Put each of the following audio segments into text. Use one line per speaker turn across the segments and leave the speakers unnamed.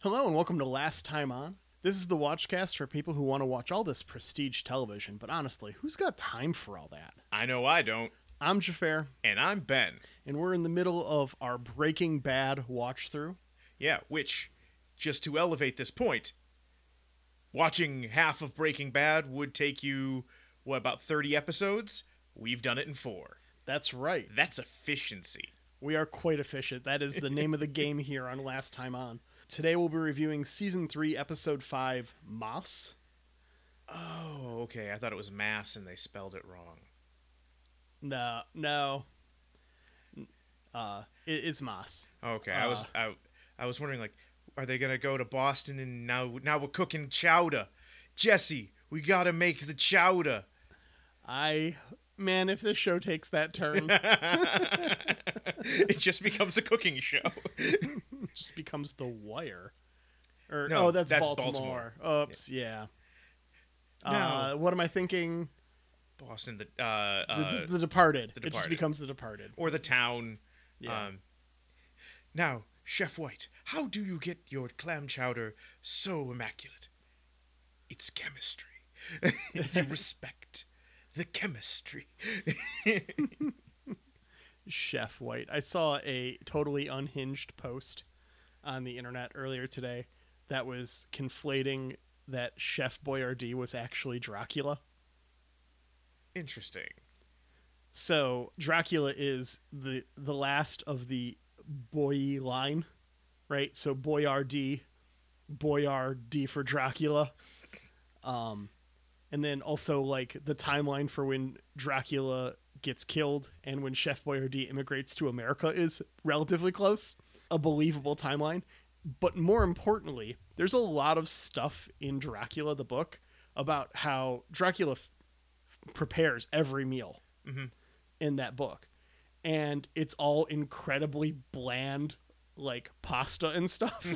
Hello and welcome to Last Time On. This is the Watchcast for people who want to watch all this prestige television, but honestly, who's got time for all that?
I know I don't,
I'm Jafar,
and I'm Ben.
and we're in the middle of our Breaking Bad watch through.
Yeah, which, just to elevate this point, watching half of Breaking Bad would take you, what, about 30 episodes? We've done it in four.
That's right.
That's efficiency.
We are quite efficient. That is the name of the game here on Last Time On. Today we'll be reviewing season 3, episode 5, Moss.
Oh, okay. I thought it was mass and they spelled it wrong.
No, no. Uh, it, it's Moss.
Okay, I was I, I was wondering like, are they gonna go to Boston and now now we're cooking chowder? Jesse, we gotta make the chowder.
I, man, if this show takes that turn, it
it just becomes a cooking show.
just becomes The Wire. Or,
No,
oh, that's,
that's
Baltimore. Oops, yeah. Uh,
No.
what am I thinking?
Boston, the uh,
The,
uh,
the Departed.
The
It just
Departed.
becomes The Departed.
or the town.
Yeah.
Um, now, Chef White, how do you get your clam chowder so immaculate? It's chemistry. you respect the chemistry.
Chef White. I saw a totally unhinged post on the internet earlier today that was conflating that Chef Boyardee was actually Dracula.
Interesting.
So Dracula is the the last of the boy line, right? So Boyardee, Boyardee for Dracula. Um and then also like the timeline for when Dracula gets killed and when Chef Boyardee immigrates to America is relatively close, a believable timeline. But more importantly, there's a lot of stuff in Dracula the book about how Dracula f- prepares every meal
Mhm.
in that book. And it's all incredibly bland like pasta and stuff.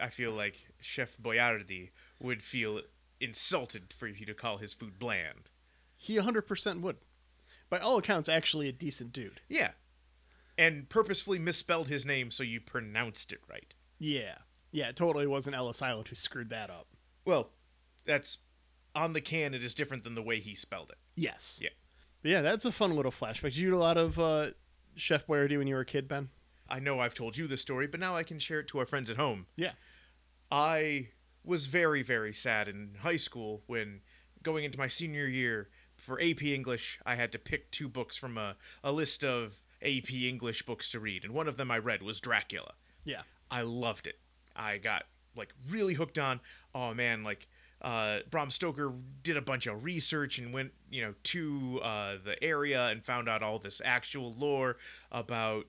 I feel like Chef Boyardee would feel insulted for you to call his food bland.
he 100% would. By all accounts actually a decent dude.
Yeah. And purposefully misspelled his name so you pronounced it right.
Yeah. Yeah, it totally wasn't Ellis Island who screwed that up.
Well, that's on the can, it is different than the way he spelled it.
Yes.
Yeah.
But yeah, that's a fun little flashback. Did you do a lot of uh, Chef Boyardee when you were a kid, Ben?
I know I've told you this story, but now I can share it to our friends at home.
Yeah.
I was very, very sad in high school when going into my senior year for AP English, I had to pick two books from a, a list of AP English books to read, and one of them I read was Dracula.
Yeah.
I loved it. I got like really hooked on. Oh man, like uh, Bram Stoker did a bunch of research and went you know to uh, the area and found out all this actual lore about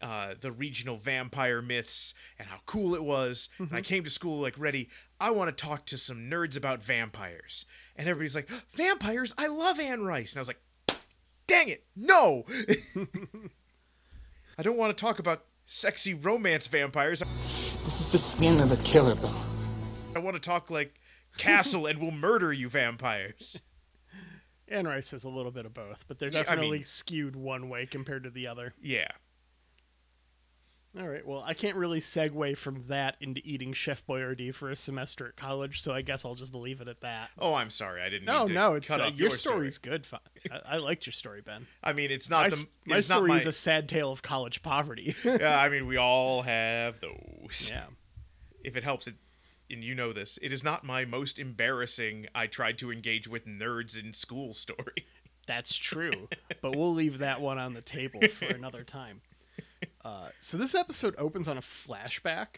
uh, the regional vampire myths and how cool it was. And I came to school like ready. I want to talk to some nerds about vampires. And everybody's like, vampires! I love Anne Rice. And I was like, dang it, no! I don't want to talk about sexy romance vampires.
This is the skin of a killer bone.
I want to talk like castle and will murder you vampires.
Anne Rice has a little bit of both, but they're
Yeah, I
definitely
mean-
skewed one way compared to the other.
Yeah.
All right. Well, I can't really segue from that into eating Chef Boyardee for a semester at college, so I guess I'll just leave it at that.
Oh, I'm sorry. I didn't.
No,
mean to
no, it's
cut
uh,
off
your,
your
story's
Story.
good. Fi- I, I liked your story, Ben.
I mean, it's
My,
not
s-
the.
my
it's
story
not my,
is a sad tale of college poverty.
Yeah, I mean, we all have those.
yeah.
If it helps, it, and you know this, it is not my most embarrassing. I tried to engage with nerds in school story.
That's true, but we'll leave that one on the table for another time. Uh, so this episode opens on a flashback.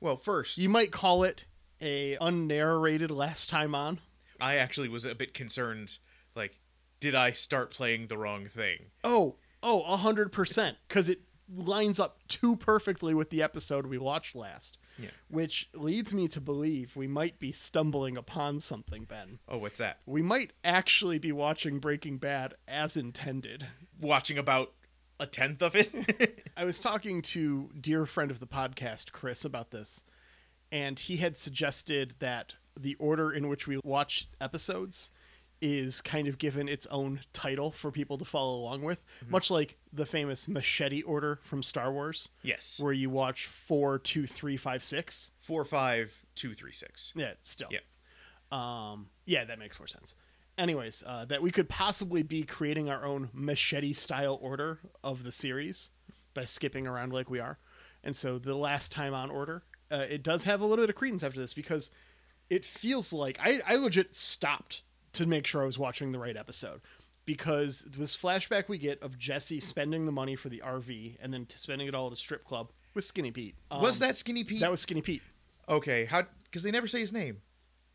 Well, first,
You might call it a unnarrated last time on.
I actually was a bit concerned. Like, did I start playing the wrong thing?
Oh, oh, a hundred percent, because it lines up too perfectly with the episode we watched last.
Yeah.
Which leads me to believe we might be stumbling upon something, Ben.
Oh, what's that?
We might actually be watching Breaking Bad as intended.
Watching about a tenth of it.
I was talking to dear friend of the podcast, Chris, about this, and he had suggested that the order in which we watch episodes is kind of given its own title for people to follow along with, much like the famous machete order from Star Wars,
yes.
where you watch four, two, three, five, six.
Four, five, two, three, six.
Yeah, it's still.
Yeah.
Um, yeah, that makes more sense. Anyways, uh, that we could possibly be creating our own machete style order of the series by skipping around like we are. And so the last time on order, uh, it does have a little bit of credence after this because it feels like I, I legit stopped to make sure I was watching the right episode because this flashback we get of Jesse spending the money for the RV and then spending it all at a strip club was Skinny Pete.
was
Um,
that Skinny Pete?
that was Skinny Pete?
okay. How? Because they never say his name.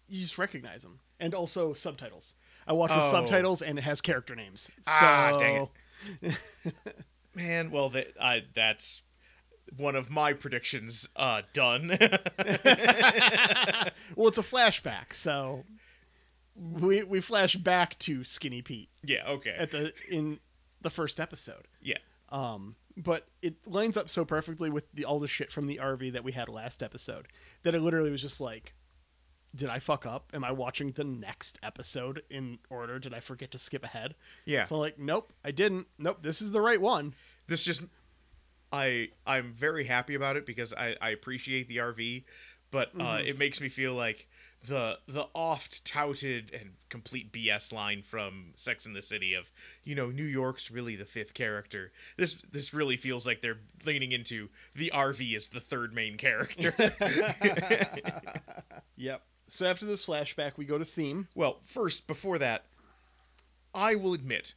you just recognize them. And also subtitles. I watch with
Oh.
subtitles and it has character names.
Ah,
so,
dang it. Man, well, that I that's one of my predictions uh, done.
Well, it's a flashback, so we we flash back to Skinny Pete
yeah. Okay.
at the in the first episode.
yeah.
Um, but it lines up so perfectly with the all the shit from the RV that we had last episode that it literally was just like, did I fuck up? Am I watching the next episode in order? Did I forget to skip ahead?
Yeah.
So like, nope, I didn't. Nope, this is the right one.
this just i i'm very happy about it because i i appreciate the rv but uh it makes me feel like the the oft touted and complete bs line from sex in the city of you know new york's really the fifth character this this really feels like they're leaning into the rv is the third main character
Yep. So after this flashback, we go to theme.
Well, first, before that, I will admit,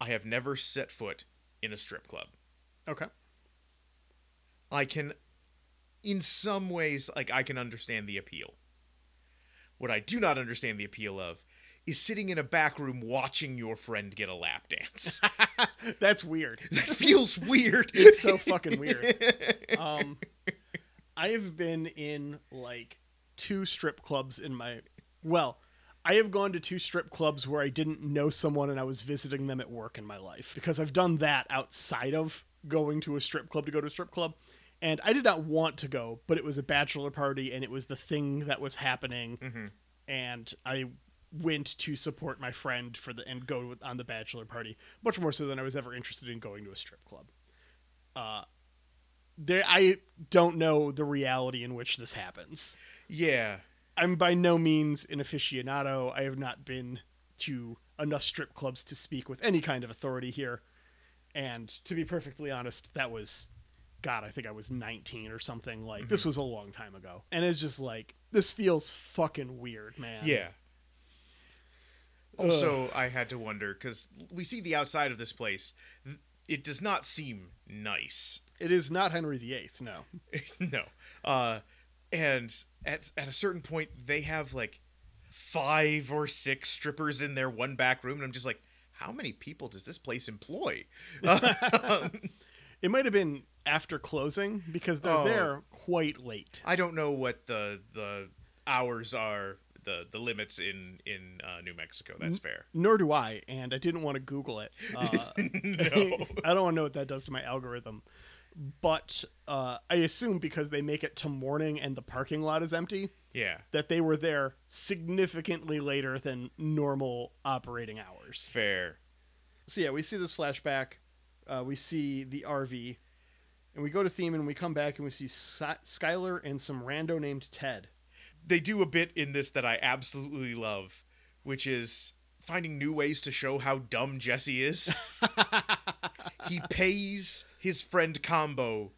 I have never set foot in a strip club.
Okay.
I can, in some ways, like I can understand the appeal. What I do not understand the appeal of is sitting in a back room watching your friend get a lap dance.
That's weird.
that feels weird.
It's so fucking weird. Um, I have been in like two strip clubs in my. Well, I have gone to two strip clubs where I didn't know someone and I was visiting them at work in my life because I've done that outside of going to a strip club to go to a strip club. And I did not want to go, but it was a bachelor party and it was the thing that was happening.
Mhm.
and I went to support my friend for the and go with, on the bachelor party much more so than I was ever interested in going to a strip club. Uh, there I don't know the reality in which this happens.
Yeah.
I'm by no means an aficionado. I have not been to enough strip clubs to speak with any kind of authority here. And to be perfectly honest, that was God, I think I was 19 or something. Like this
Mm-hmm.
was a long time ago. And it's just like this feels fucking weird, man.
Yeah. Also, I had to wonder because we see the outside of this place. Th- It does not seem nice.
It is not Henry VIII. No.
no. Uh, and at at a certain point, they have like five or six strippers in their one back room, and I'm just like, how many people does this place employ? Uh,
It might have been after closing because they're
Oh.
there quite late.
I don't know what the the hours are, the the limits in in uh, New Mexico. That's fair.
Nor do I, and I didn't want to Google it. Uh,
no.
I don't want to know what that does to my algorithm. But uh, I assume because they make it to morning and the parking lot is empty,
Yeah.
that they were there significantly later than normal operating hours.
Fair.
So yeah, we see this flashback. Uh, we see the RV, and we go to theme, and we come back and we see Sky- Skylar and some rando named Ted.
They do a bit in this that I absolutely love, which is finding new ways to show how dumb Jesse is. he pays his friend Combo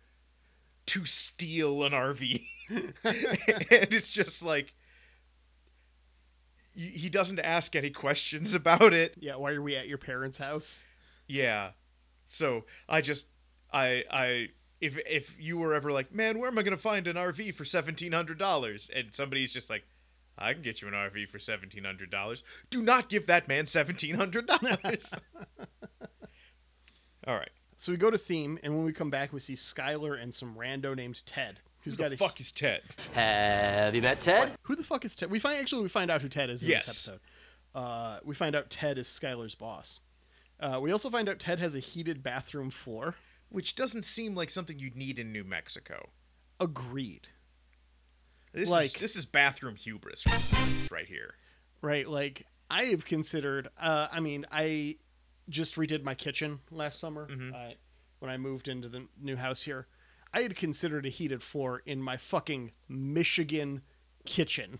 to steal an RV. and it's just like y- he doesn't ask any questions about it.
Yeah, why are we at your parents' house?
Yeah. So I just I I if if you were ever like, man, where am I gonna find an RV for seventeen hundred dollars? And somebody's just like, I can get you an RV for seventeen hundred dollars. Do not give that man seventeen hundred dollars. All right.
So we go to theme, and when we come back, we see Skylar and some rando named Ted. who's
Who
got
the
a
fuck is Ted?
Have you met Ted?
who the fuck is Ted? We find actually we find out who Ted is in
Yes.
this episode. Uh, we find out Ted is Skylar's boss. Uh, we also find out Ted has a heated bathroom floor.
Which doesn't seem like something you'd need in New Mexico.
Agreed.
This
Like-
is this is bathroom hubris right here.
Right? Like I have considered. Uh, I mean, I just redid my kitchen last summer
Mm-hmm.
I, when I moved into the new house here. I had considered a heated floor in my fucking Michigan kitchen,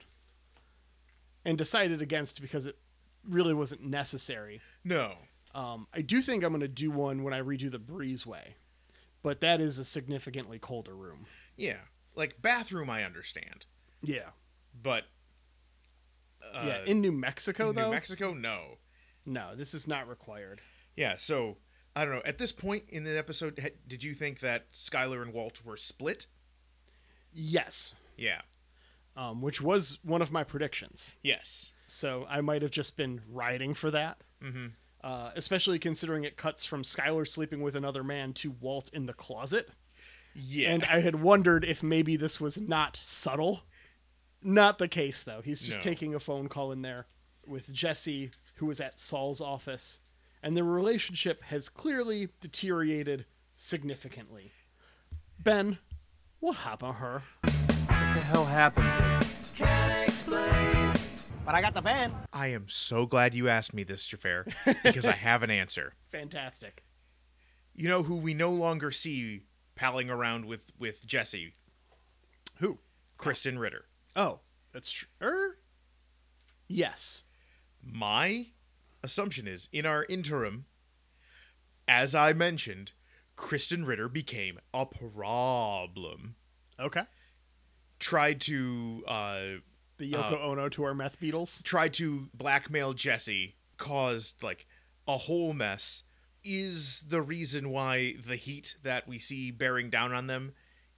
and decided against because it really wasn't necessary.
No.
Um, I do think I'm going to do one when I redo the breezeway, but that is a significantly colder room.
Yeah. Like bathroom I understand.
Yeah.
But uh,
yeah. In New Mexico,
in
though?
New Mexico, no.
no, this is not required.
Yeah, so I don't know. At this point in the episode, ha- did you think that Skylar and Walt were split?
Yes.
Yeah.
Um, which was one of my predictions.
Yes.
So I might have just been riding for that.
Mm-hmm.
Uh, especially considering it cuts from Skylar sleeping with another man to Walt in the closet.
Yeah.
And I had wondered if maybe this was not subtle. Not the case, though. He's just
No.
taking a phone call in there with Jesse, who was at Saul's office, and their relationship has clearly deteriorated significantly. Ben, what happened to her?
But I got the van.
I am so glad you asked me this, Jafar, because I have an answer.
Fantastic.
You know who we no longer see palling around with with Jesse?
Who?
Kristen Ritter.
Oh, that's true. Er? Yes.
My assumption is in our interim, as I mentioned, Kristen Ritter became a problem.
Okay.
Tried to uh
The Yoko Ono to our meth beetles.
tried to blackmail Jesse, caused like a whole mess, is the reason why the heat that we see bearing down on them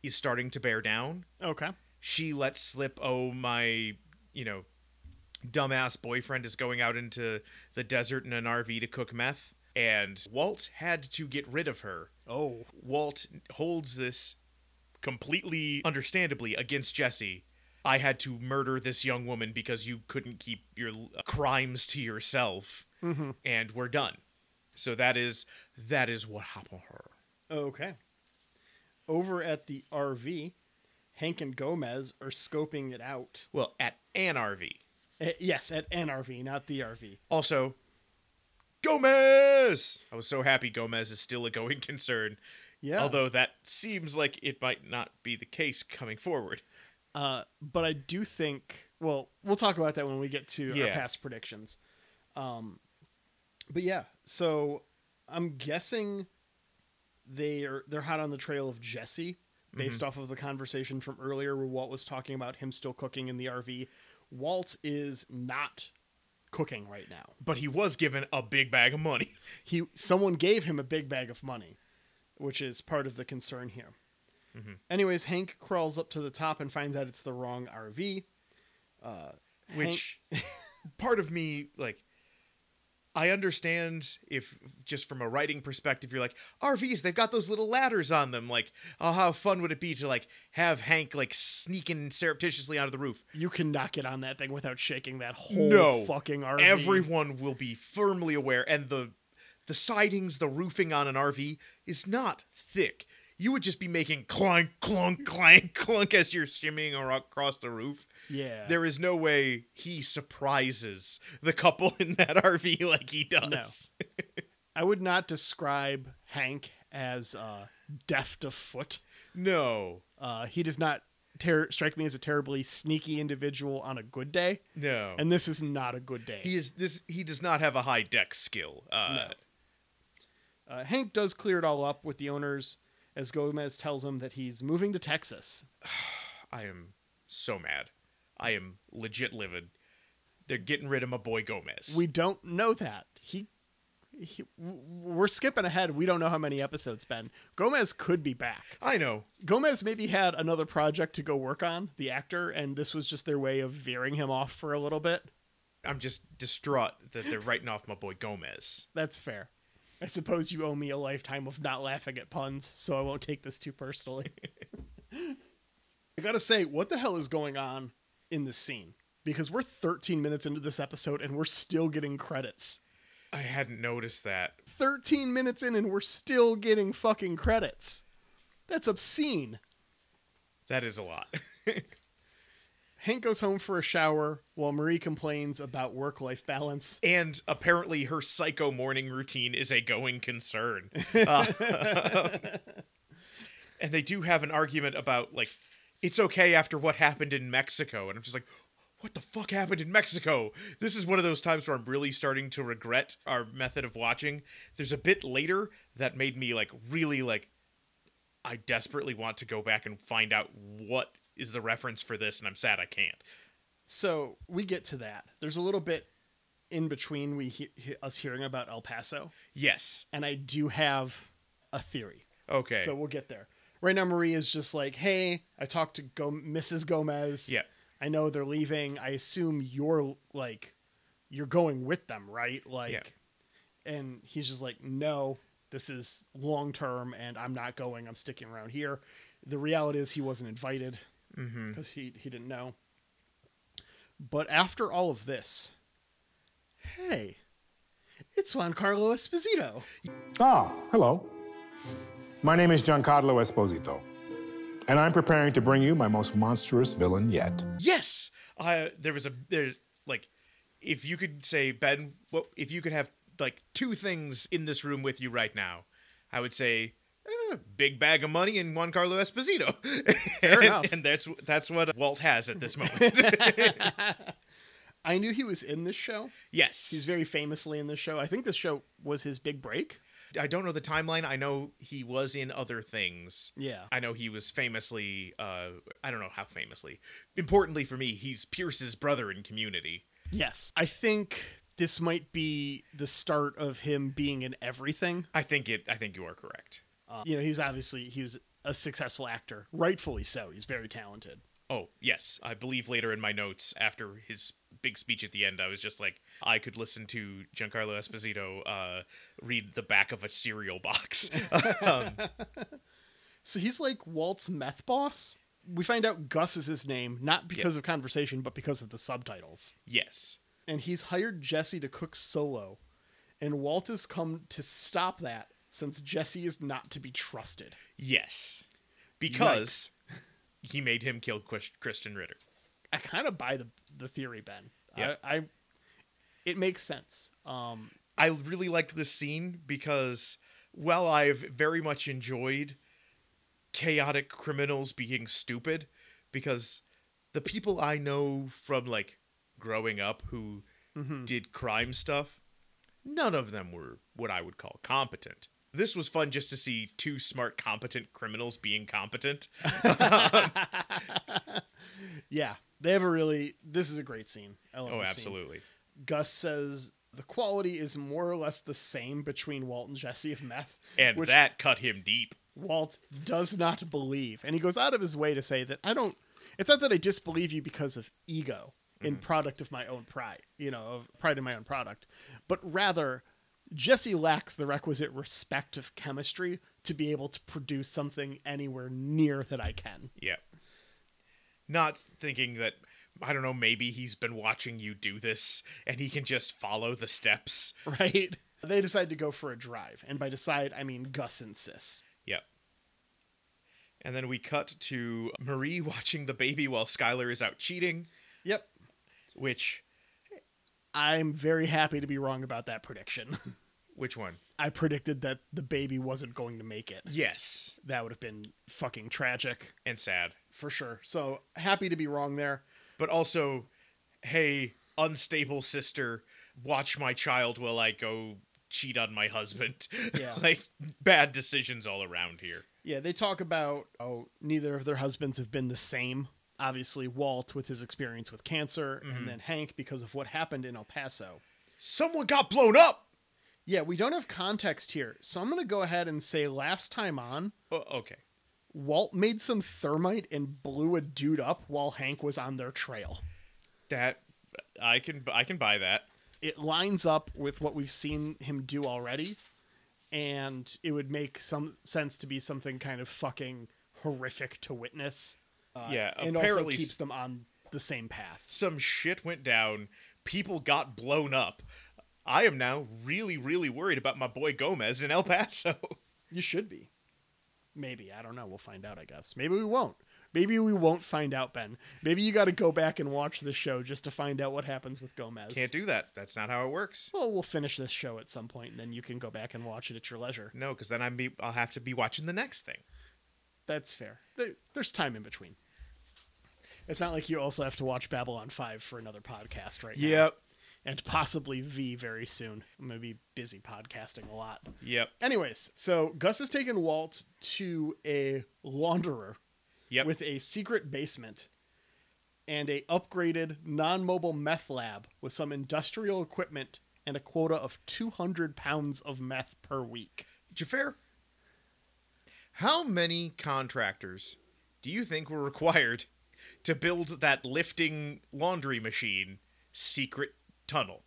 is starting to bear down.
Okay.
She lets slip, oh, my, you know, dumbass boyfriend is going out into the desert in an RV to cook meth. And Walt had to get rid of her.
Oh.
Walt holds this completely understandably against Jesse. I had to murder this young woman because you couldn't keep your uh, crimes to yourself
Mhm.
and we're done. So that is that is what happened to her.
Okay. Over at the RV, Hank and Gomez are scoping it out.
Well, at an RV.
Eh, yes, at an RV, not the RV.
Also Gomez. I was so happy Gomez is still a going concern,
Yeah.
although that seems like it might not be the case coming forward.
uh, but I do think. Well, we'll talk about that when we get to our
Yeah.
past predictions. Um, but yeah, so I'm guessing they are they're hot on the trail of Jesse, based off of the conversation from earlier where Walt was talking about him still cooking in the RV. Walt is not cooking right now.
But he was given a big bag of money.
he someone gave him a big bag of money, which is part of the concern here. Anyways, Hank crawls up to the top and finds out it's the wrong RV. Uh,
which part of me like i understand if just from a writing perspective you're like rvs they've got those little ladders on them like oh how fun would it be to like have hank like sneaking surreptitiously out of the roof
Hank, you cannot get on that thing without shaking that whole
No.
fucking RV.
everyone will be firmly aware and the the sidings the roofing on an rv is not thick you would just be making clunk clunk clank clunk as you're shimmying ar- across the roof
yeah,
there is no way he surprises the couple in that RV like he does.
I would not describe Hank as uh, deft of foot.
No.
Uh, he does not ter- strike me as a terribly sneaky individual on a good day,
No.
and this is not a good day.
Oh. he is this he does not have a high deck skill. Uh
No. Uh, Hank does clear it all up with the owners as Gomez tells him that he's moving to Texas.
I am so mad. I am legit livid. They're getting rid of my boy Gomez.
We don't know that. He, he w- we're skipping ahead. We don't know how many episodes, Ben. Gomez could be back.
I know.
Gomez maybe had another project to go work on, the actor, and this was just their way of veering him off for a little bit.
I'm just distraught that they're writing off my boy Gomez.
That's fair. I suppose you owe me a lifetime of not laughing at puns, so I won't take this too personally. I gotta say, what the hell is going on in this scene? Because we're 13 minutes into this episode and we're still getting credits.
I hadn't noticed that.
13 minutes in and we're still getting fucking credits. That's obscene.
That is a lot.
Hank goes home for a shower while Marie complains about work life balance.
and apparently, her psycho morning routine is a going concern. Uh, and they do have an argument about like, it's okay after what happened in Mexico, and I'm just like. What the fuck happened in Mexico? This is one of those times where I'm really starting to regret our method of watching. There's a bit later that made me like really like I desperately want to go back and find out what is the reference for this and I'm sad I can't.
So we get to that. There's a little bit in between we he- he- us hearing about El Paso,
Yes.
and I do have a theory.
Okay.
So we'll get there. Right now, Marie is just like, "Hey, I talked to Go- Mrs. Gomez.
Yeah.
I know they're leaving. I assume you're like, you're going with them, right? Like, and he's just like, no, this is long term, and I'm not going. I'm sticking around here. The reality is he wasn't invited
Mm-hmm.
because he he didn't know. But after all of this, hey, it's Juan Carlo Esposito.
Ah, hello. My name is Giancarlo Esposito, and I'm preparing to bring you my most monstrous villain yet.
Yes. Uh, there was a there's like, if you could say Ben, what if you could have like two things in this room with you right now? I would say. eh, Big bag of money and Juan Carlo Esposito, and,
enough.
and that's that's what Walt has at this moment.
I knew he was in this show.
yes,
He's very famously in this show. I think this show was his big break.
I don't know the timeline. I know he was in other things.
Yeah.
I know he was famously, uh, I don't know how famously. Importantly for me, he's Pierce's brother in Community.
Yes. I think this might be the start of him being in everything.
I think it. I think you are correct.
Uh, you know, he's obviously he was a successful actor, rightfully so. He's very talented.
Oh yes, I believe later in my notes after his big speech at the end, I was just like, I could listen to Giancarlo Esposito uh, read the back of a cereal box. um,
So he's like Walt's meth boss. We find out Gus is his name, not because of conversation, but because of the subtitles.
yes.
And he's hired Jesse to cook solo. And Walt has come to stop that since Jesse is not to be trusted.
Yes. Because he made him kill Quis- Kristen Ritter.
I kind of buy the the theory, Ben.
Yeah.
I, I it makes sense. Um,
I really liked this scene because while I've very much enjoyed chaotic criminals being stupid, because the people I know from like growing up who
Mm-hmm.
did crime stuff, none of them were what I would call competent. This was fun just to see two smart, competent criminals being competent.
yeah, they have a really. This is a great scene. I love
Oh,
this scene.
absolutely.
Gus says the quality is more or less the same between Walt and Jesse of meth,
And
which
that cut him deep.
Walt does not believe, and he goes out of his way to say that I don't. It's not that I disbelieve you because of ego in product of my own pride, you know, of pride in my own product, but rather Jesse lacks the requisite respect of chemistry to be able to produce something anywhere near that I can.
Yeah. Not thinking that I don't know, maybe he's been watching you do this and he can just follow the steps.
Right? They decide to go for a drive, and by decide I mean Gus insists.
Yep. And then we cut to Marie watching the baby while Skylar is out cheating,
Yep,
which
I'm very happy to be wrong about that prediction.
which one?
I predicted that the baby wasn't going to make it.
Yes.
That would have been fucking tragic.
And sad.
for sure. So happy to be wrong there.
But also, hey, unstable sister, watch my child while I go cheat on my husband.
Yeah.
like bad decisions all around here.
Yeah, they talk about oh, neither of their husbands have been the same. Obviously, Walt with his experience with cancer, and then Hank because of what happened in El Paso.
Someone got blown up.
Yeah, we don't have context here, so I'm gonna go ahead and say last time on,
Oh, okay.
Walt made some thermite and blew a dude up while Hank was on their trail.
That I can I can buy that.
It lines up with what we've seen him do already, and it would make some sense to be something kind of fucking horrific to witness. Uh,
Yeah,
and also
apparently s-
keeps them on the same path.
some shit went down. People got blown up. I am now really, really worried about my boy Gomez in El Paso.
You should be. Maybe I don't know. We'll find out. I guess maybe we won't. Maybe we won't find out, Ben. Maybe you got to go back and watch the show just to find out what happens with Gomez.
Can't do that. That's not how it works.
Well, we'll finish this show at some point, and then you can go back and watch it at your leisure.
No, because then I'm be- I'll have to be watching the next thing.
That's fair. There, there's time in between. It's not like you also have to watch Babylon 5 for another podcast right now. And possibly V very soon. I'm going to be busy podcasting a lot.
Yep.
Anyways, so Gus has taken Walt to a launderer
Yep.
with a secret basement and a upgraded non-mobile meth lab with some industrial equipment and a quota of 200 pounds of meth per week.
Jafar, how many contractors do you think were required to build that lifting laundry machine secret tunnel?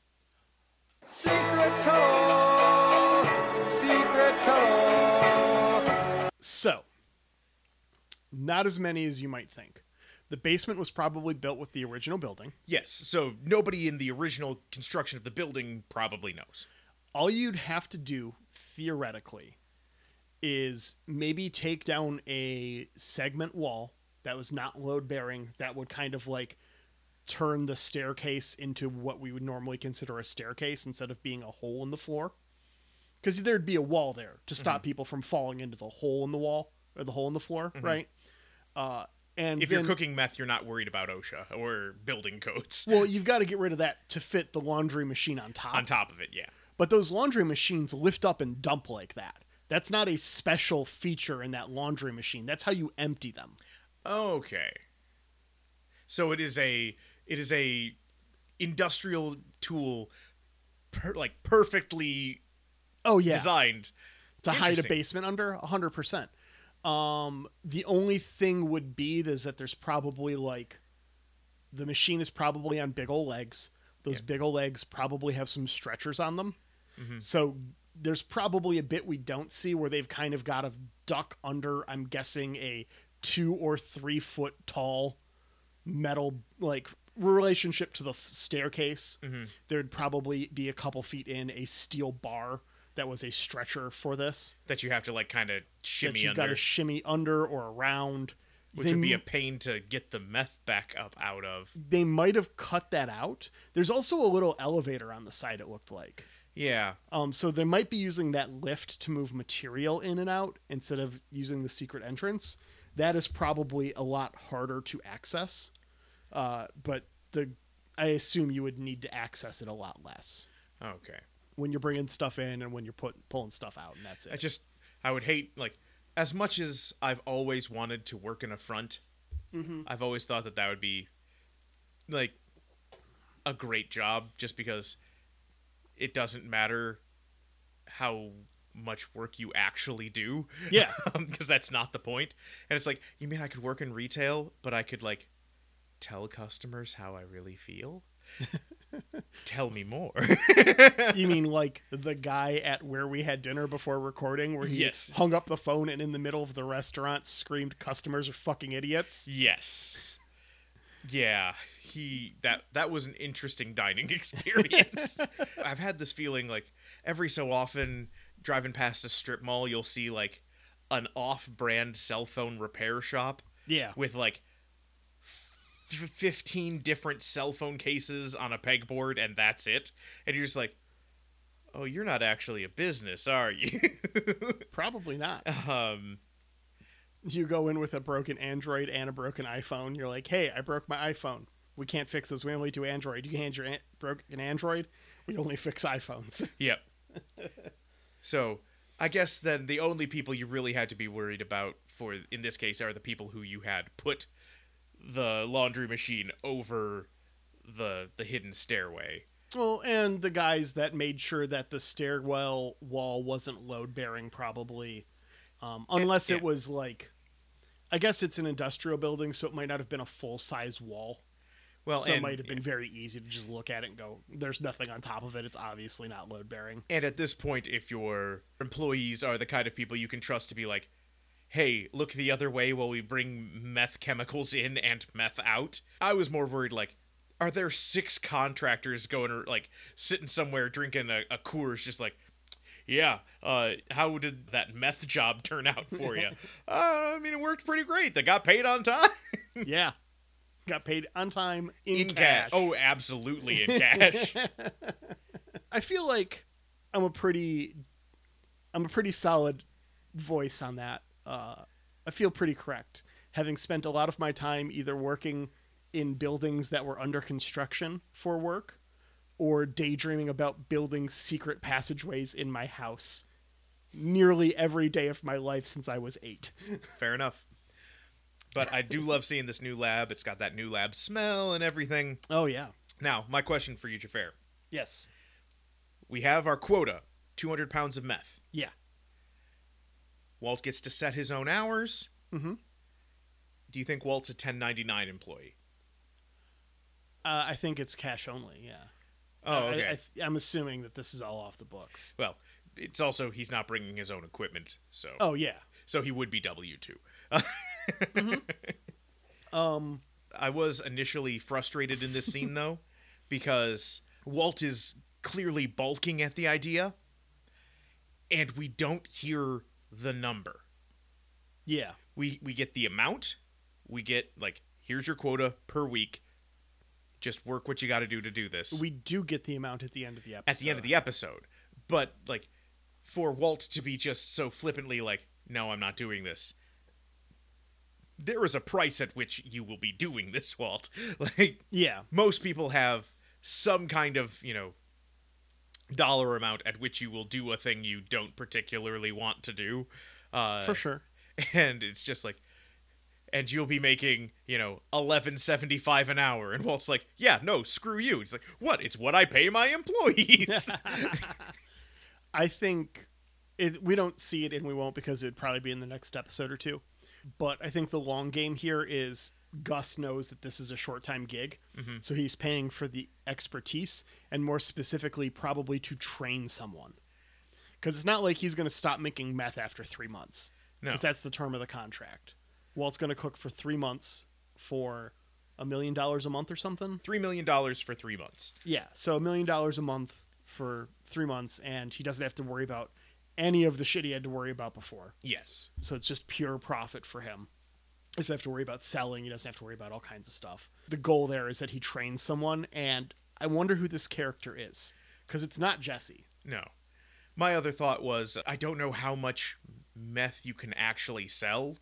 So, not as many as you might think. The basement was probably built with the original building.
Yes, so nobody in the original construction of the building probably knows.
All you'd have to do, theoretically, is maybe take down a segment wall that was not load bearing that would kind of like turn the staircase into what we would normally consider a staircase instead of being a hole in the floor. Because there'd be a wall there to stop
Mm-hmm.
people from falling into the hole in the wall or the hole in the floor, right? Uh, and
If
then-
you're cooking meth, you're not worried about OSHA or building codes.
Well, you've got to get rid of that to fit the laundry machine on top.
On top of it, yeah.
But those laundry machines lift up and dump like that. That's not a special feature in that laundry machine. That's how you empty them.
Okay. So it is a it is a industrial tool per, like perfectly
Oh yeah,
designed.
to hide a
interesting.
basement under 100%. Um the only thing would be is that there's probably like the machine is probably on big old legs. Those big old legs probably have some stretchers on them. So there's probably a bit we don't see where they've kind of got a duck under, I'm guessing, a two or three foot tall metal, like relationship to the f- staircase. There'd probably be a couple feet in a steel bar that was a stretcher for this
that you have to like kind of
that
shimmy
you've got
under,
to shimmy under or around.
which
they,
would be a
m-
pain to get the meth back up out of.
they might have cut that out. There's also a little elevator on the side. It looked like.
Yeah,
Um, so they might be using that lift to move material in and out instead of using the secret entrance. That is probably a lot harder to access, uh, but the I assume you would need to access it a lot less
okay.
when you're bringing stuff in and when you're putting pulling stuff out, and that's it.
I just I would hate like as much as I've always wanted to work in a front.
Mm-hmm.
I've always thought that that would be like a great job, just because it doesn't matter how much work you actually do.
Yeah.
because that's not the point. And it's like you mean I could work in retail, but I could like tell customers how I really feel. tell me more.
you mean like the guy at where we had dinner before recording, where he
Yes.
hung up the phone and in the middle of the restaurant screamed, "Customers are fucking idiots."
Yes. Yeah, he that that was an interesting dining experience. I've had this feeling like every so often driving past a strip mall, you'll see like an off-brand cell phone repair shop
Yeah.
with like f- 15 different cell phone cases on a pegboard and that's it. And you're just like, "Oh, you're not actually a business, are you?"
Probably not.
um
You go in with a broken Android and a broken iPhone. You're like, hey, I broke my iPhone. We can't fix this. We only do Android. You can hand your an- broken Android. We only fix iPhones.
Yep. so I guess then the only people you really had to be worried about for in this case are the people who you had put the laundry machine over the the hidden stairway.
well, and the guys that made sure that the stairwell wall wasn't load bearing, probably, um, unless
yeah.
it was like, I guess it's an industrial building, so it might not have been a full size wall.
Well,
so
and,
it might have been very easy to just look at it and go, "There's nothing on top of it. It's obviously not load bearing."
and at this point, if your employees are the kind of people you can trust to be like, hey, look the other way while we bring meth chemicals in and meth out. I was more worried, like, are there six contractors going or like sitting somewhere drinking a, a Coors, just like, yeah, uh, how did that meth job turn out for you? uh, I mean, it worked pretty great. They got paid on time
yeah. Got paid on time in,
in cash.
cash.
Oh, absolutely in cash.
I feel like I'm a pretty I'm a pretty solid voice on that. Uh, I feel pretty correct, having spent a lot of my time either working in buildings that were under construction for work, or daydreaming about building secret passageways in my house, nearly every day of my life since I was eight.
Fair enough. But I do love seeing this new lab. It's got that new lab smell and everything.
Oh yeah,
Now, my question for you, Jafar.
yes,
We have our quota 200 pounds of meth.
yeah.
Walt gets to set his own hours.
hmm
Do you think Walt's a 1099 employee?
Uh, I think it's cash only. Yeah.
Oh,
I-
okay.
I, I, I'm assuming that this is all off the books.
well, it's also he's not bringing his own equipment, so
Oh yeah.
so he would be W two.
Um.
I was initially frustrated in this scene though, because Walt is clearly balking at the idea, and we don't hear the number.
Yeah.
we we get the amount we get like here's your quota per week just work what you got to do to do this
We do get the amount at the end of the episode.
at the end of the episode but like for walt to be just so flippantly like no i'm not doing this there is a price at which you will be doing this walt like
Yeah.
most people have some kind of you know dollar amount at which you will do a thing you don't particularly want to do uh
For sure.
and it's just like and you'll be making you know 1175 an hour and walt's like yeah no screw you it's like what it's what i pay my employees
I think it, we don't see it and we won't because it'd probably be in the next episode or two. But I think the long game here is Gus knows that this is a short time gig,
Mm-hmm.
so he's paying for the expertise and more specifically, probably to train someone. Because it's not like he's going to stop making meth after three months.
No.
Because that's the term of the contract. Walt's going to cook for three months for a million dollars a month or something.
three million dollars for three months
Yeah, so a million dollars a month for three months, and he doesn't have to worry about any of the shit he had to worry about before.
yes
So it's just pure profit for him. He doesn't have to worry about selling. He doesn't have to worry about all kinds of stuff. The goal there is that he trains someone, and I wonder who this character is because it's not Jesse.
no my other thought was i don't know how much meth you can actually sell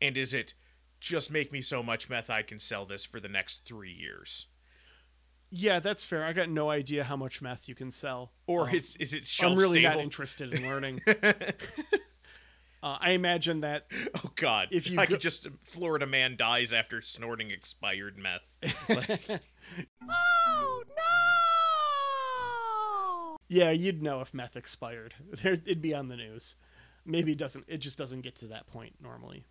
and is it just make me so much meth i can sell this for the next three years
Yeah, that's fair. I got no idea how much meth you can sell.
or
Um,
it's, is it shelf
I'm really
stable?
not interested in learning. uh, I imagine that
Oh God!
If you
I
go-
could just Florida man dies after snorting expired meth.
Yeah, you'd know if meth expired. There, it'd be on the news. Maybe it doesn't. It just doesn't get to that point normally.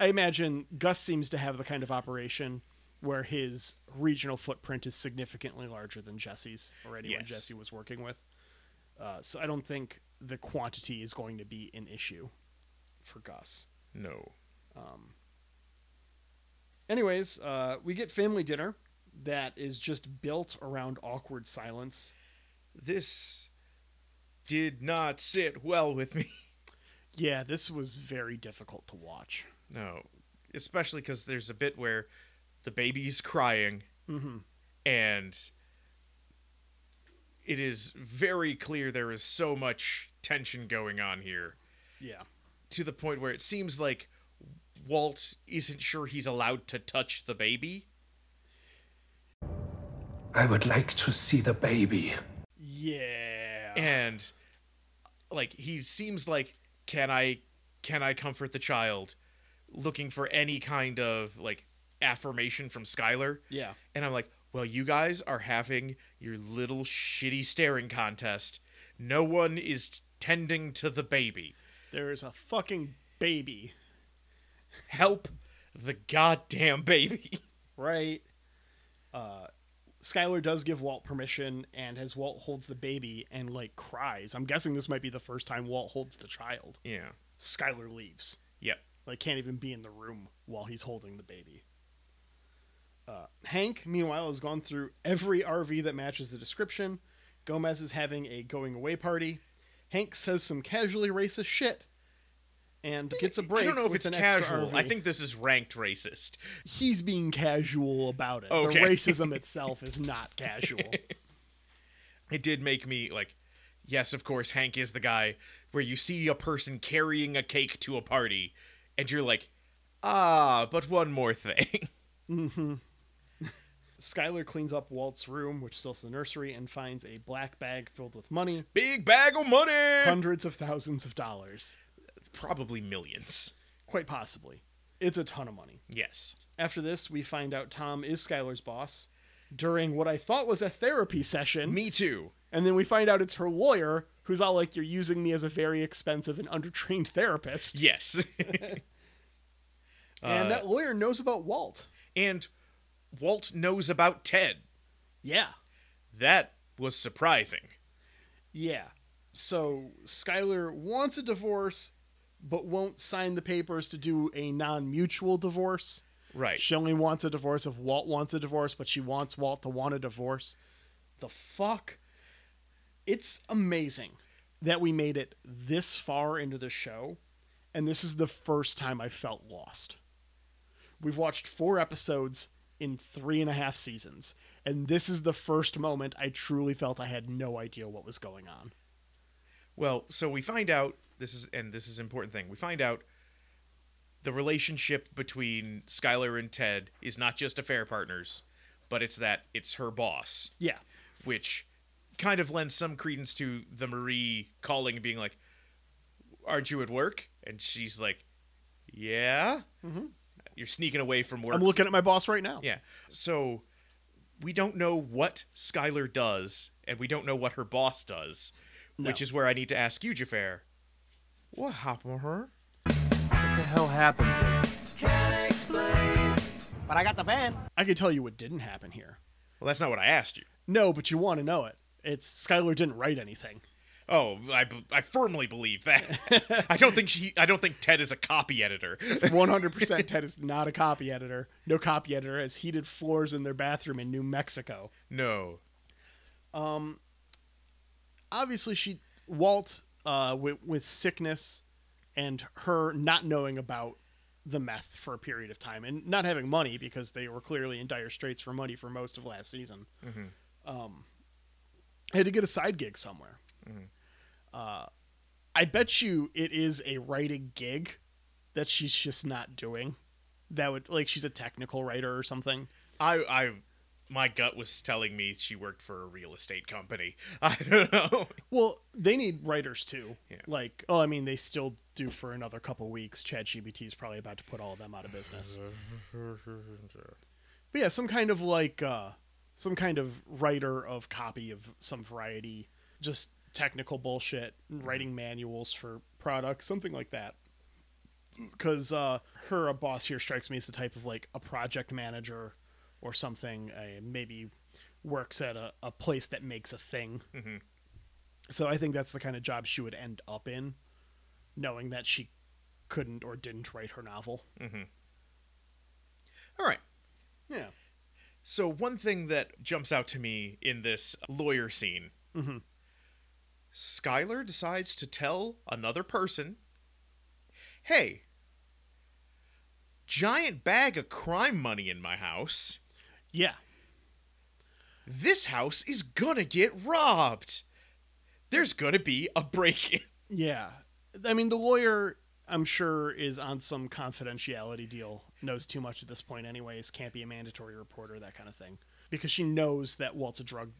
I imagine Gus seems to have the kind of operation where his regional footprint is significantly larger than Jesse's or anyone
Yes.
Jesse was working with. Uh, so I don't think the quantity is going to be an issue for Gus. Um,
No.
Anyways, uh, we get family dinner that is just built around awkward silence.
This did not sit well with me.
Yeah, this was very difficult to watch.
No. Especially because there's a bit where the baby's crying and it is very clear there is so much tension going on here
Yeah.
to the point where it seems like Walt isn't sure he's allowed to touch the baby.
I would like to see the baby.
Yeah.
and like he seems like can i can i comfort the child looking for any kind of like affirmation from skylar
yeah.
and i'm like well you guys are having your little shitty staring contest no one is tending to the baby
There is a fucking baby,
help the goddamn baby
right? Uh Skylar does give Walt permission and as Walt holds the baby and like cries. I'm guessing this might be the first time Walt holds the child.
yeah
Skylar leaves.
Yep.
Like can't even be in the room while he's holding the baby. Uh, Hank, meanwhile, has gone through every RV that matches the description. Gomez is having a going away party. Hank says some casually racist shit and gets a break.
I don't know if
with
it's
an extra
casual. I
RV.
think this is ranked racist.
he's being casual about it.
Okay.
The racism itself is not casual.
It did make me like, yes, of course, Hank is the guy where you see a person carrying a cake to a party, and you're like, ah, but one more thing.
Skylar cleans up Walt's room, which is also the nursery, and finds a black bag filled with money,
Big bag of money.
hundreds of thousands of dollars,
Probably millions.
quite possibly. It's a ton of money.
Yes.
After this, we find out Tom is Skylar's boss during what I thought was a therapy session,
Me too.
and then we find out it's her lawyer who's all like, "You're using me as a very expensive and undertrained therapist,"
Yes. Uh,
and that lawyer knows about Walt.
and Walt knows about Ted.
Yeah.
That was surprising.
Yeah. So Skylar wants a divorce, but won't sign the papers to do a non mutual divorce.
Right.
She only wants a divorce if Walt wants a divorce, but she wants Walt to want a divorce. The fuck? It's amazing that we made it this far into the show, and this is the first time I felt lost. We've watched four episodes in three and a half seasons, and this is the first moment I truly felt I had no idea what was going on.
Well, so we find out this is and this is an important thing. We find out the relationship between Skylar and Ted is not just affair partners, but it's that it's her boss,
Yeah.
which kind of lends some credence to the Marie calling and being like, "Aren't you at work?" And she's like, "Yeah." You're sneaking away from work.
Mm-hmm. I'm looking at my boss right now.
Yeah. So we don't know what Skylar does, and we don't know what her boss does, which
No.
is where I need to ask you, Jafar. What happened to her?
I could tell you what didn't happen here.
Well, that's not what I asked you.
No, but you want to know it. It's Skylar didn't write anything.
Oh, I, b- I firmly believe that. I don't think she. I don't think Ted is a copy editor.
100% Ted is not a copy editor. No copy editor has heated floors in their bathroom in New Mexico.
No.
Obviously, she Walt uh, with, with sickness and her not knowing about the meth for a period of time and not having money because they were clearly in dire straits for money for most of last season. Um,
Mm-hmm.
had to get a side gig somewhere. Uh, I bet you it is a writing gig that she's just not doing. That would like she's a technical writer or something.
I. I. My gut was telling me she worked for a real estate company. I don't know.
Well, they need writers too.
Yeah.
Like, oh, I mean, they still do for another couple weeks. ChatGPT is probably about to put all of them out of business. but yeah, some kind of like, uh, some kind of writer of copy of some variety, just technical bullshit, writing manuals for products, something like that. Because uh, her a boss here strikes me as the type of like a project manager or something. Uh, maybe works at a, a place that makes a thing. So I think that's the kind of job she would end up in, knowing that she couldn't or didn't write her novel.
Mm-hmm. All right.
Yeah.
So one thing that jumps out to me in this lawyer scene, Skylar decides to tell another person, "Hey, giant bag of crime money in my house.
Yeah.
This house is gonna get robbed. There's gonna be a break-in."
Yeah. I mean, the lawyer, I'm sure, is on some confidentiality deal, knows too much at this point, anyways, can't be a mandatory reporter, that kind of thing. Because she knows that Walt's a drug,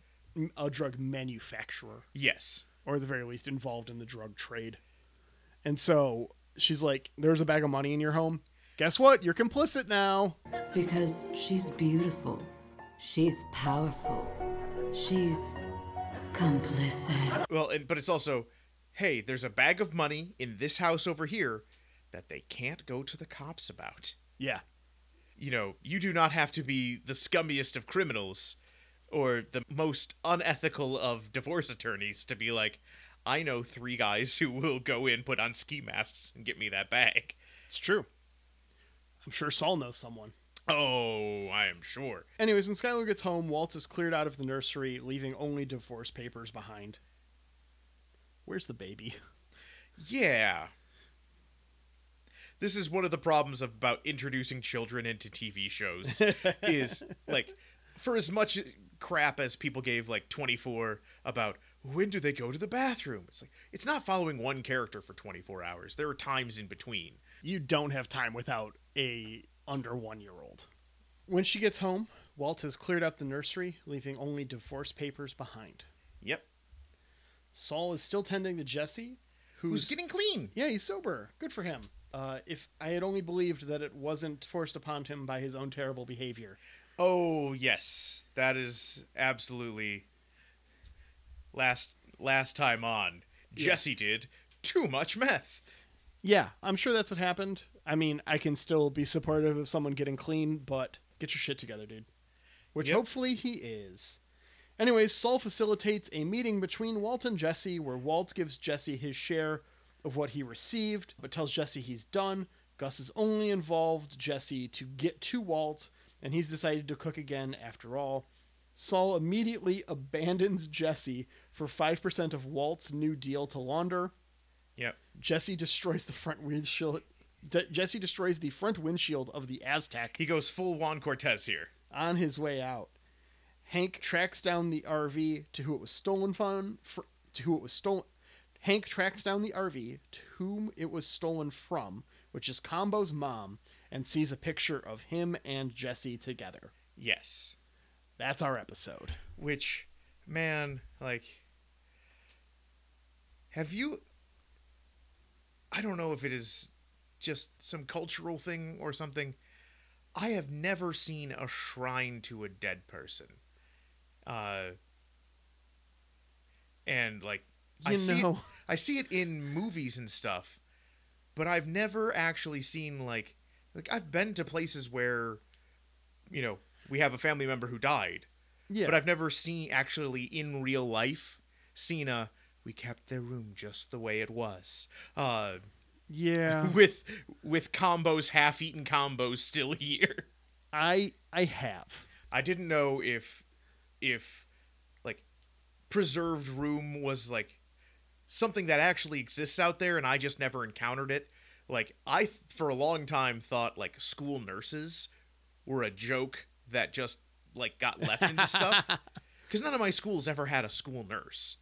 a drug manufacturer.
Yes.
or at the very least involved in the drug trade. And so she's like, There's a bag of money in your home. Guess what? You're complicit now.
Because she's beautiful. She's powerful. She's complicit.
Well, and, but it's also, "Hey, there's a bag of money in this house over here that they can't go to the cops about."
Yeah.
you know, you do not have to be the scummiest of criminals or the most unethical of divorce attorneys to be like, I know three guys who will go in, put on ski masks, and get me that bag.
It's true. I'm sure Saul knows someone.
Oh, I am sure.
Anyways, when Skylar gets home, Walt is cleared out of the nursery, leaving only divorce papers behind. Where's the baby?
Yeah. This is one of the problems about introducing children into TV shows is like for as much crap as people gave like 24 about when do they go to the bathroom? It's like it's not following one character for 24 hours. There are times in between.
You don't have time without a under one year old. When she gets home, Walt has cleared out the nursery, leaving only divorce papers behind.
Yep.
Saul is still tending to Jesse,
Who's getting clean?
Yeah, he's sober. Good for him. Uh, if I had only believed that it wasn't forced upon him by his own terrible behavior.
Oh, yes. That is absolutely last last time on. Jesse did too much meth.
Yeah, I'm sure that's what happened. I mean, I can still be supportive of someone getting clean, but get your shit together, dude. Which
Yep.
hopefully he is. Anyways, Saul facilitates a meeting between Walt and Jesse where Walt gives Jesse his share of what he received, but tells Jesse he's done. Gus has only involved Jesse to get to Walt, and he's decided to cook again after all. Saul immediately abandons Jesse for 5% of Walt's new deal to launder.
Yep.
Jesse destroys the front windshield. De- Jesse destroys the front windshield of the Aztec
He goes full Juan Cortez here.
on his way out. Hank tracks down the RV to who it was stolen from. Fr- to who it was stolen. Hank tracks down the RV to whom it was stolen from, which is Combo's mom, and sees a picture of him and Jesse together.
Yes.
That's our episode.
Which man, like have you I don't know if it is just some cultural thing or something. I have never seen a shrine to a dead person. Uh and like I
You
see it,
know.
I see it in movies and stuff, but I've never actually seen like like I've been to places where you know, we have a family member who died
Yeah.
but I've never seen actually in real life seen a we kept their room just the way it was. Uh,
yeah.
with with combos half eaten combos still here.
I I have.
I didn't know if if like preserved room was like something that actually exists out there and I just never encountered it. Like I for a long time thought like school nurses were a joke that just like got left into stuff cuz none of my schools ever had a school nurse.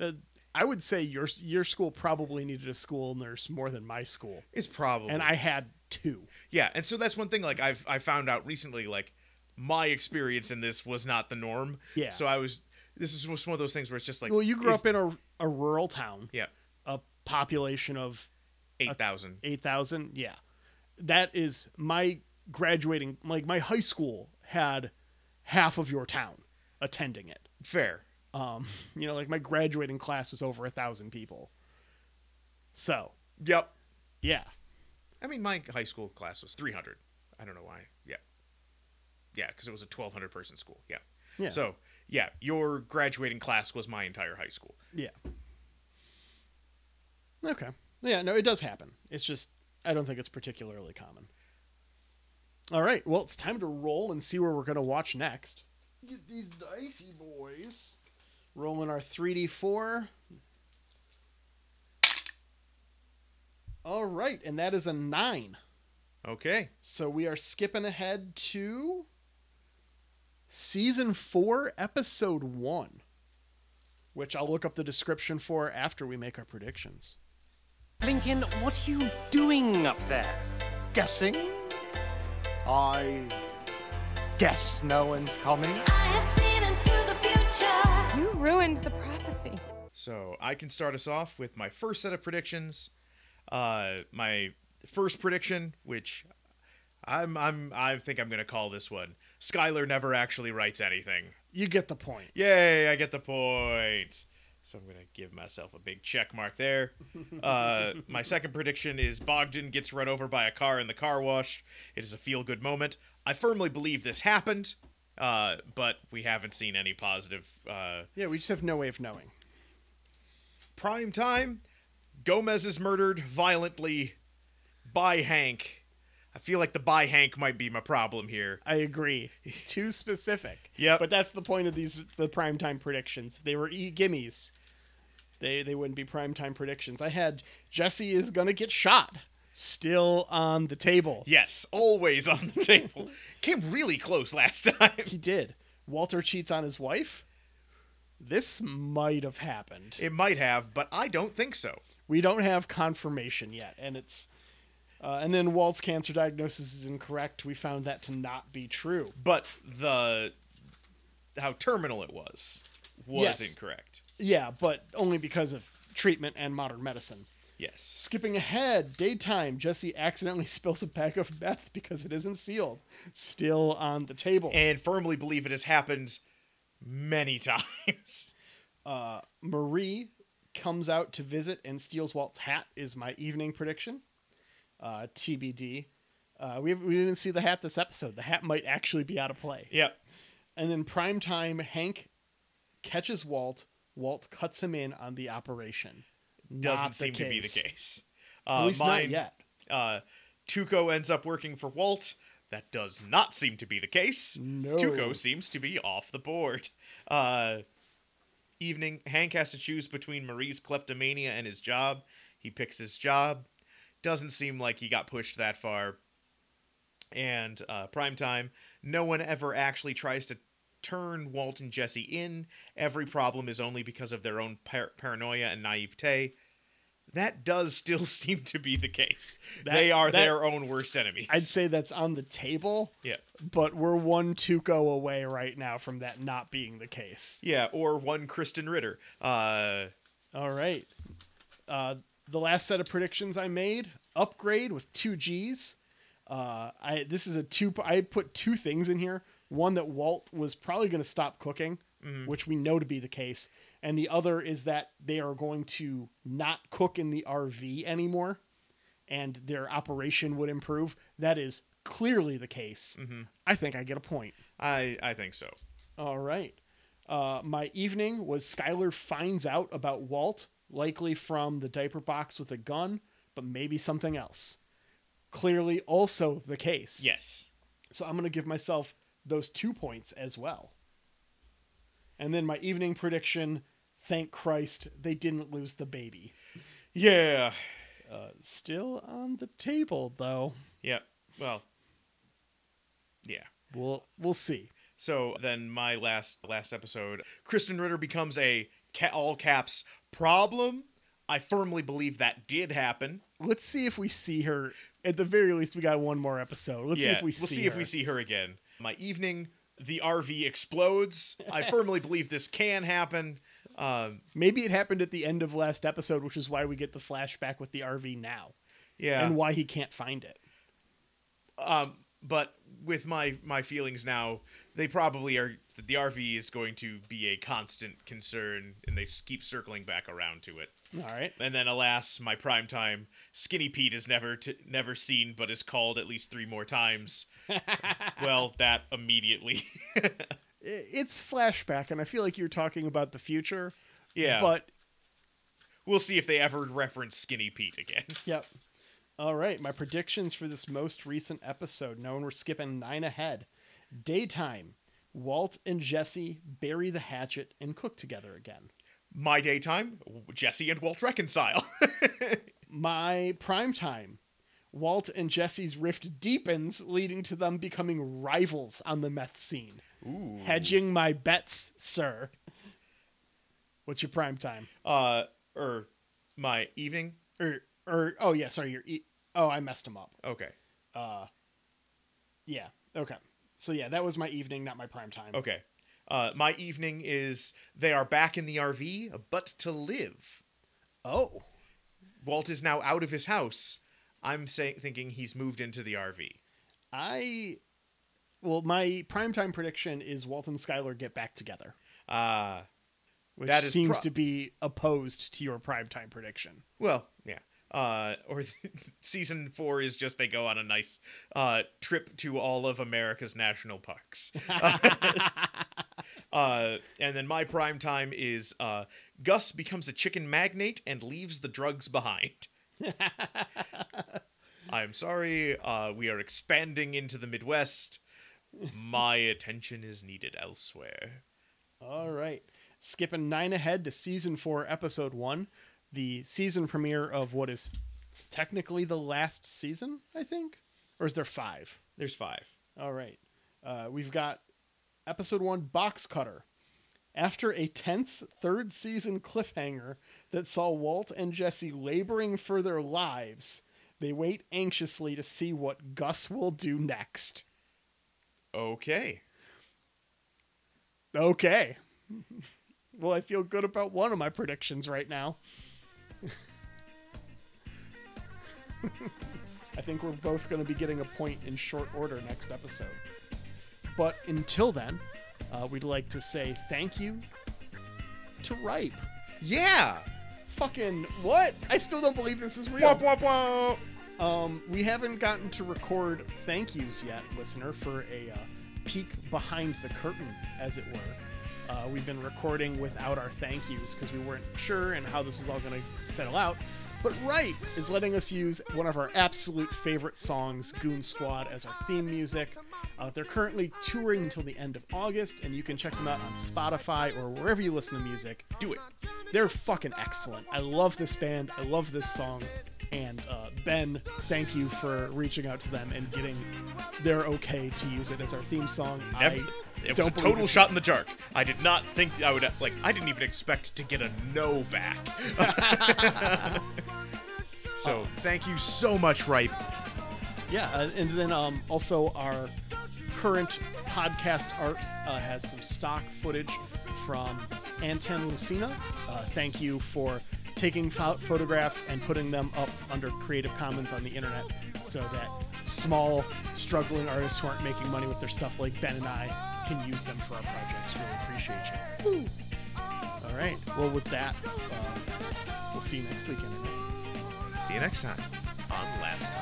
Uh, I would say your your school probably needed a school nurse more than my school,
It's probably
and I had two.
Yeah, and so that's one thing like I've I found out recently like my experience in this was not the norm.
Yeah.
So I was this is just one of those things where it's just like
well, you grew
is-
up in a, a rural town,
yeah,
a population of
8,000.
eight thousand. Yeah, that is my graduating. Like my high school had half of your town attending it.
Fair.
Um, you know, like my graduating class was over a thousand people. So
Yep.
yeah,
I mean, my high school class was 300. I don't know why. Yeah. Yeah, because it was a 1,200 person school. Yeah.
yeah.
So, yeah, your graduating class was my entire high school.
Yeah. Okay. Yeah, no, it does happen. It's just I don't think it's particularly common. All right. Well, it's time to roll and see where we're going to watch next. Get these dicey boys. Rolling our 3d4. All right, and that is a 9.
Okay.
So we are skipping ahead to season four, episode one, which I'll look up the description for after we make our predictions.
Lincoln, what are you doing up there?
guessing. I guess no one's coming.
You ruined the prophecy.
So, I can start us off with my first set of predictions. Uh, my first prediction, which I'm, I'm, I think I'm going to call this one Skylar never actually writes anything.
You get the point.
Yay, I get the point. So I'm going to give myself a big check mark there. Uh, my second prediction is Bogdan gets run over by a car in the car wash. It is a feel good moment. I firmly believe this happened, uh, but we haven't seen any positive. Uh,
Yeah, we just have no way of knowing.
prime time, Gomez is murdered violently. by Hank. I feel like the by Hank might be my problem here.
I agree. Too specific.
Yep.
But that's the point of these the primetime predictions. If they were e gimmies, they they wouldn't be primetime predictions. I had Jesse is gonna get shot. Still on the table.
Yes, always on the table. Came really close last time.
He did. Walter cheats on his wife. This might have happened.
It might have, but I don't think so.
We don't have confirmation yet, and it's uh, and then Walt's cancer diagnosis is incorrect. We found that to not be true.
But the how terminal it was was
Yes.
incorrect.
Yeah, but only because of treatment and modern medicine.
Yes.
Skipping ahead, daytime, Jesse accidentally spills a pack of meth because it isn't sealed. Still on the table.
And firmly believe it has happened many times.
Marie comes out to visit and steals Walt's hat, is my evening prediction. Uh, TBD. Uh, we, we didn't see the hat this episode. The hat might actually be out of play.
Yep.
And then prime time, Hank catches Walt. Walt cuts him in on the operation.
Doesn't
Not the
seem to be the
case.
case.
At
Uh,
least not
mine,
yet.
Uh, Tuco ends up working for Walt. That does not seem to be the case.
No.
Tuco seems to be off the board. Uh, evening, Hank has to choose between Marie's kleptomania and his job. He picks his job. Doesn't seem like he got pushed that far. And uh, prime time, no one ever actually tries to turn Walt and Jesse in. Every problem is only because of their own par- paranoia and naivete. That does still seem to be the case.
That-
they are
that-
their own worst enemies.
I'd say that's on the table.
yeah.
but we're one Tuco away right now from that not being the case.
Yeah, or one Kristen Ritter. Uh,
All right. Uh, the last set of predictions I made upgrade with two G's. Uh, I this is a two. I put two things in here. One that Walt was probably going to stop cooking, which we know to be the case, and the other is that they are going to not cook in the RV anymore, and their operation would improve. That is clearly the case. I think I get a point.
I I think so.
All right. Uh, my evening was Skylar finds out about Walt, likely from the diaper box with a gun, but maybe something else. Clearly, also the case.
Yes.
So I'm going to give myself those two points as well. And then my evening prediction thank Christ they didn't lose the baby. Uh,
Yeah.
Still on the table, though.
Yeah. Well. Yeah.
We'll, we'll see.
So then my last last episode, Kristen Ritter becomes a ca- all caps problem. I firmly believe that did happen.
Let's see if we see her. At the very least, we got one more episode. Let's see
yeah,
if we
we'll
see
see if
her.
we see her again. My evening, the RV explodes. I firmly believe this can happen. Um,
Maybe it happened at the end of last episode, which is why we get the flashback with the RV now
yeah.
and why he can't find it.
Um, but with my my feelings now, they probably are. The RV is going to be a constant concern, and they s- keep circling back around to it.
All right.
And then, alas, my prime time, Skinny Pete is never t- never seen, but is called at least three more times. well, that immediately.
I- It's flashback, and I feel like you're talking about the future.
yeah,
But,
we'll see if they ever reference Skinny Pete again.
yep. All right. My predictions for this most recent episode. Knowing we're skipping nine ahead. Daytime. Walt and Jesse bury the hatchet and cook together again.
My daytime, Jesse and Walt reconcile.
My prime time. Walt and Jesse's rift deepens, leading to them becoming rivals on the meth scene.
Ooh.
hedging my bets, sir. What's your prime time?
Uh, or my evening.
Or, or oh yeah, sorry, your e- oh I messed him up.
Okay.
Yeah, okay. So yeah, that was my evening, not my prime time.
Okay. Uh, my evening is they are back in the RV, but to live.
Oh,
Walt is now out of his house. I'm saying, thinking he's moved into the RV.
I. Well, my prime time prediction is Walt and Skylar get back together,
Uh,
which
That is
seems
pro-
to be opposed to your prime time prediction.
well, yeah. Uh, or season four is just they go on a nice uh, trip to all of America's national parks. uh, and then my prime time is uh, Gus becomes a chicken magnate and leaves the drugs behind. I'm sorry, uh, we are expanding into the Midwest. My attention is needed elsewhere.
All right. Skipping nine ahead to season four, episode one, the season premiere of what is technically the last season, I think. Or is there five?
There's five.
All right. Uh, we've got episode one, Box Cutter. After a tense third season cliffhanger that saw Walt and Jesse laboring for their lives, they wait anxiously to see what Gus will do next.
Okay.
Okay. well, I feel good about one of my predictions right now. I think we're both going to be getting a point in short order next episode. But until then, uh, we'd like to say thank you to Ripe.
Yeah.
Fucking what? I still don't believe this is real.
Womp womp womp.
Um, we haven't gotten to record thank yous yet, listener, for a uh, peek behind the curtain, as it were. Uh, we've been recording without our thank yous because we weren't sure and how this was all going to settle out. But Right is letting us use one of our absolute favorite songs, Goon Squad, as our theme music. Uh, they're currently touring until the end of August, and you can check them out on Spotify or wherever you listen to music. Do it. They're fucking excellent. I love this band. I love this song. And uh, Ben, thank you for reaching out to them and getting their okay to use it as our theme song.
Ev-
I
it was a
don't believe
total
it's-
shot in the dark. I did not think I would like. I didn't even expect to get a no back. so thank you so much, Ripe.
Yeah, uh, and then um, also our current podcast art uh, has some stock footage from Anton Lucina. Uh, thank you for taking pho- photographs and putting them up under Creative Commons on the internet so that small, struggling artists who aren't making money with their stuff like Ben and I can use them for our projects. Really appreciate you. All right. Well, with that, uh, we'll see you next weekend.
See you next time on Last Time.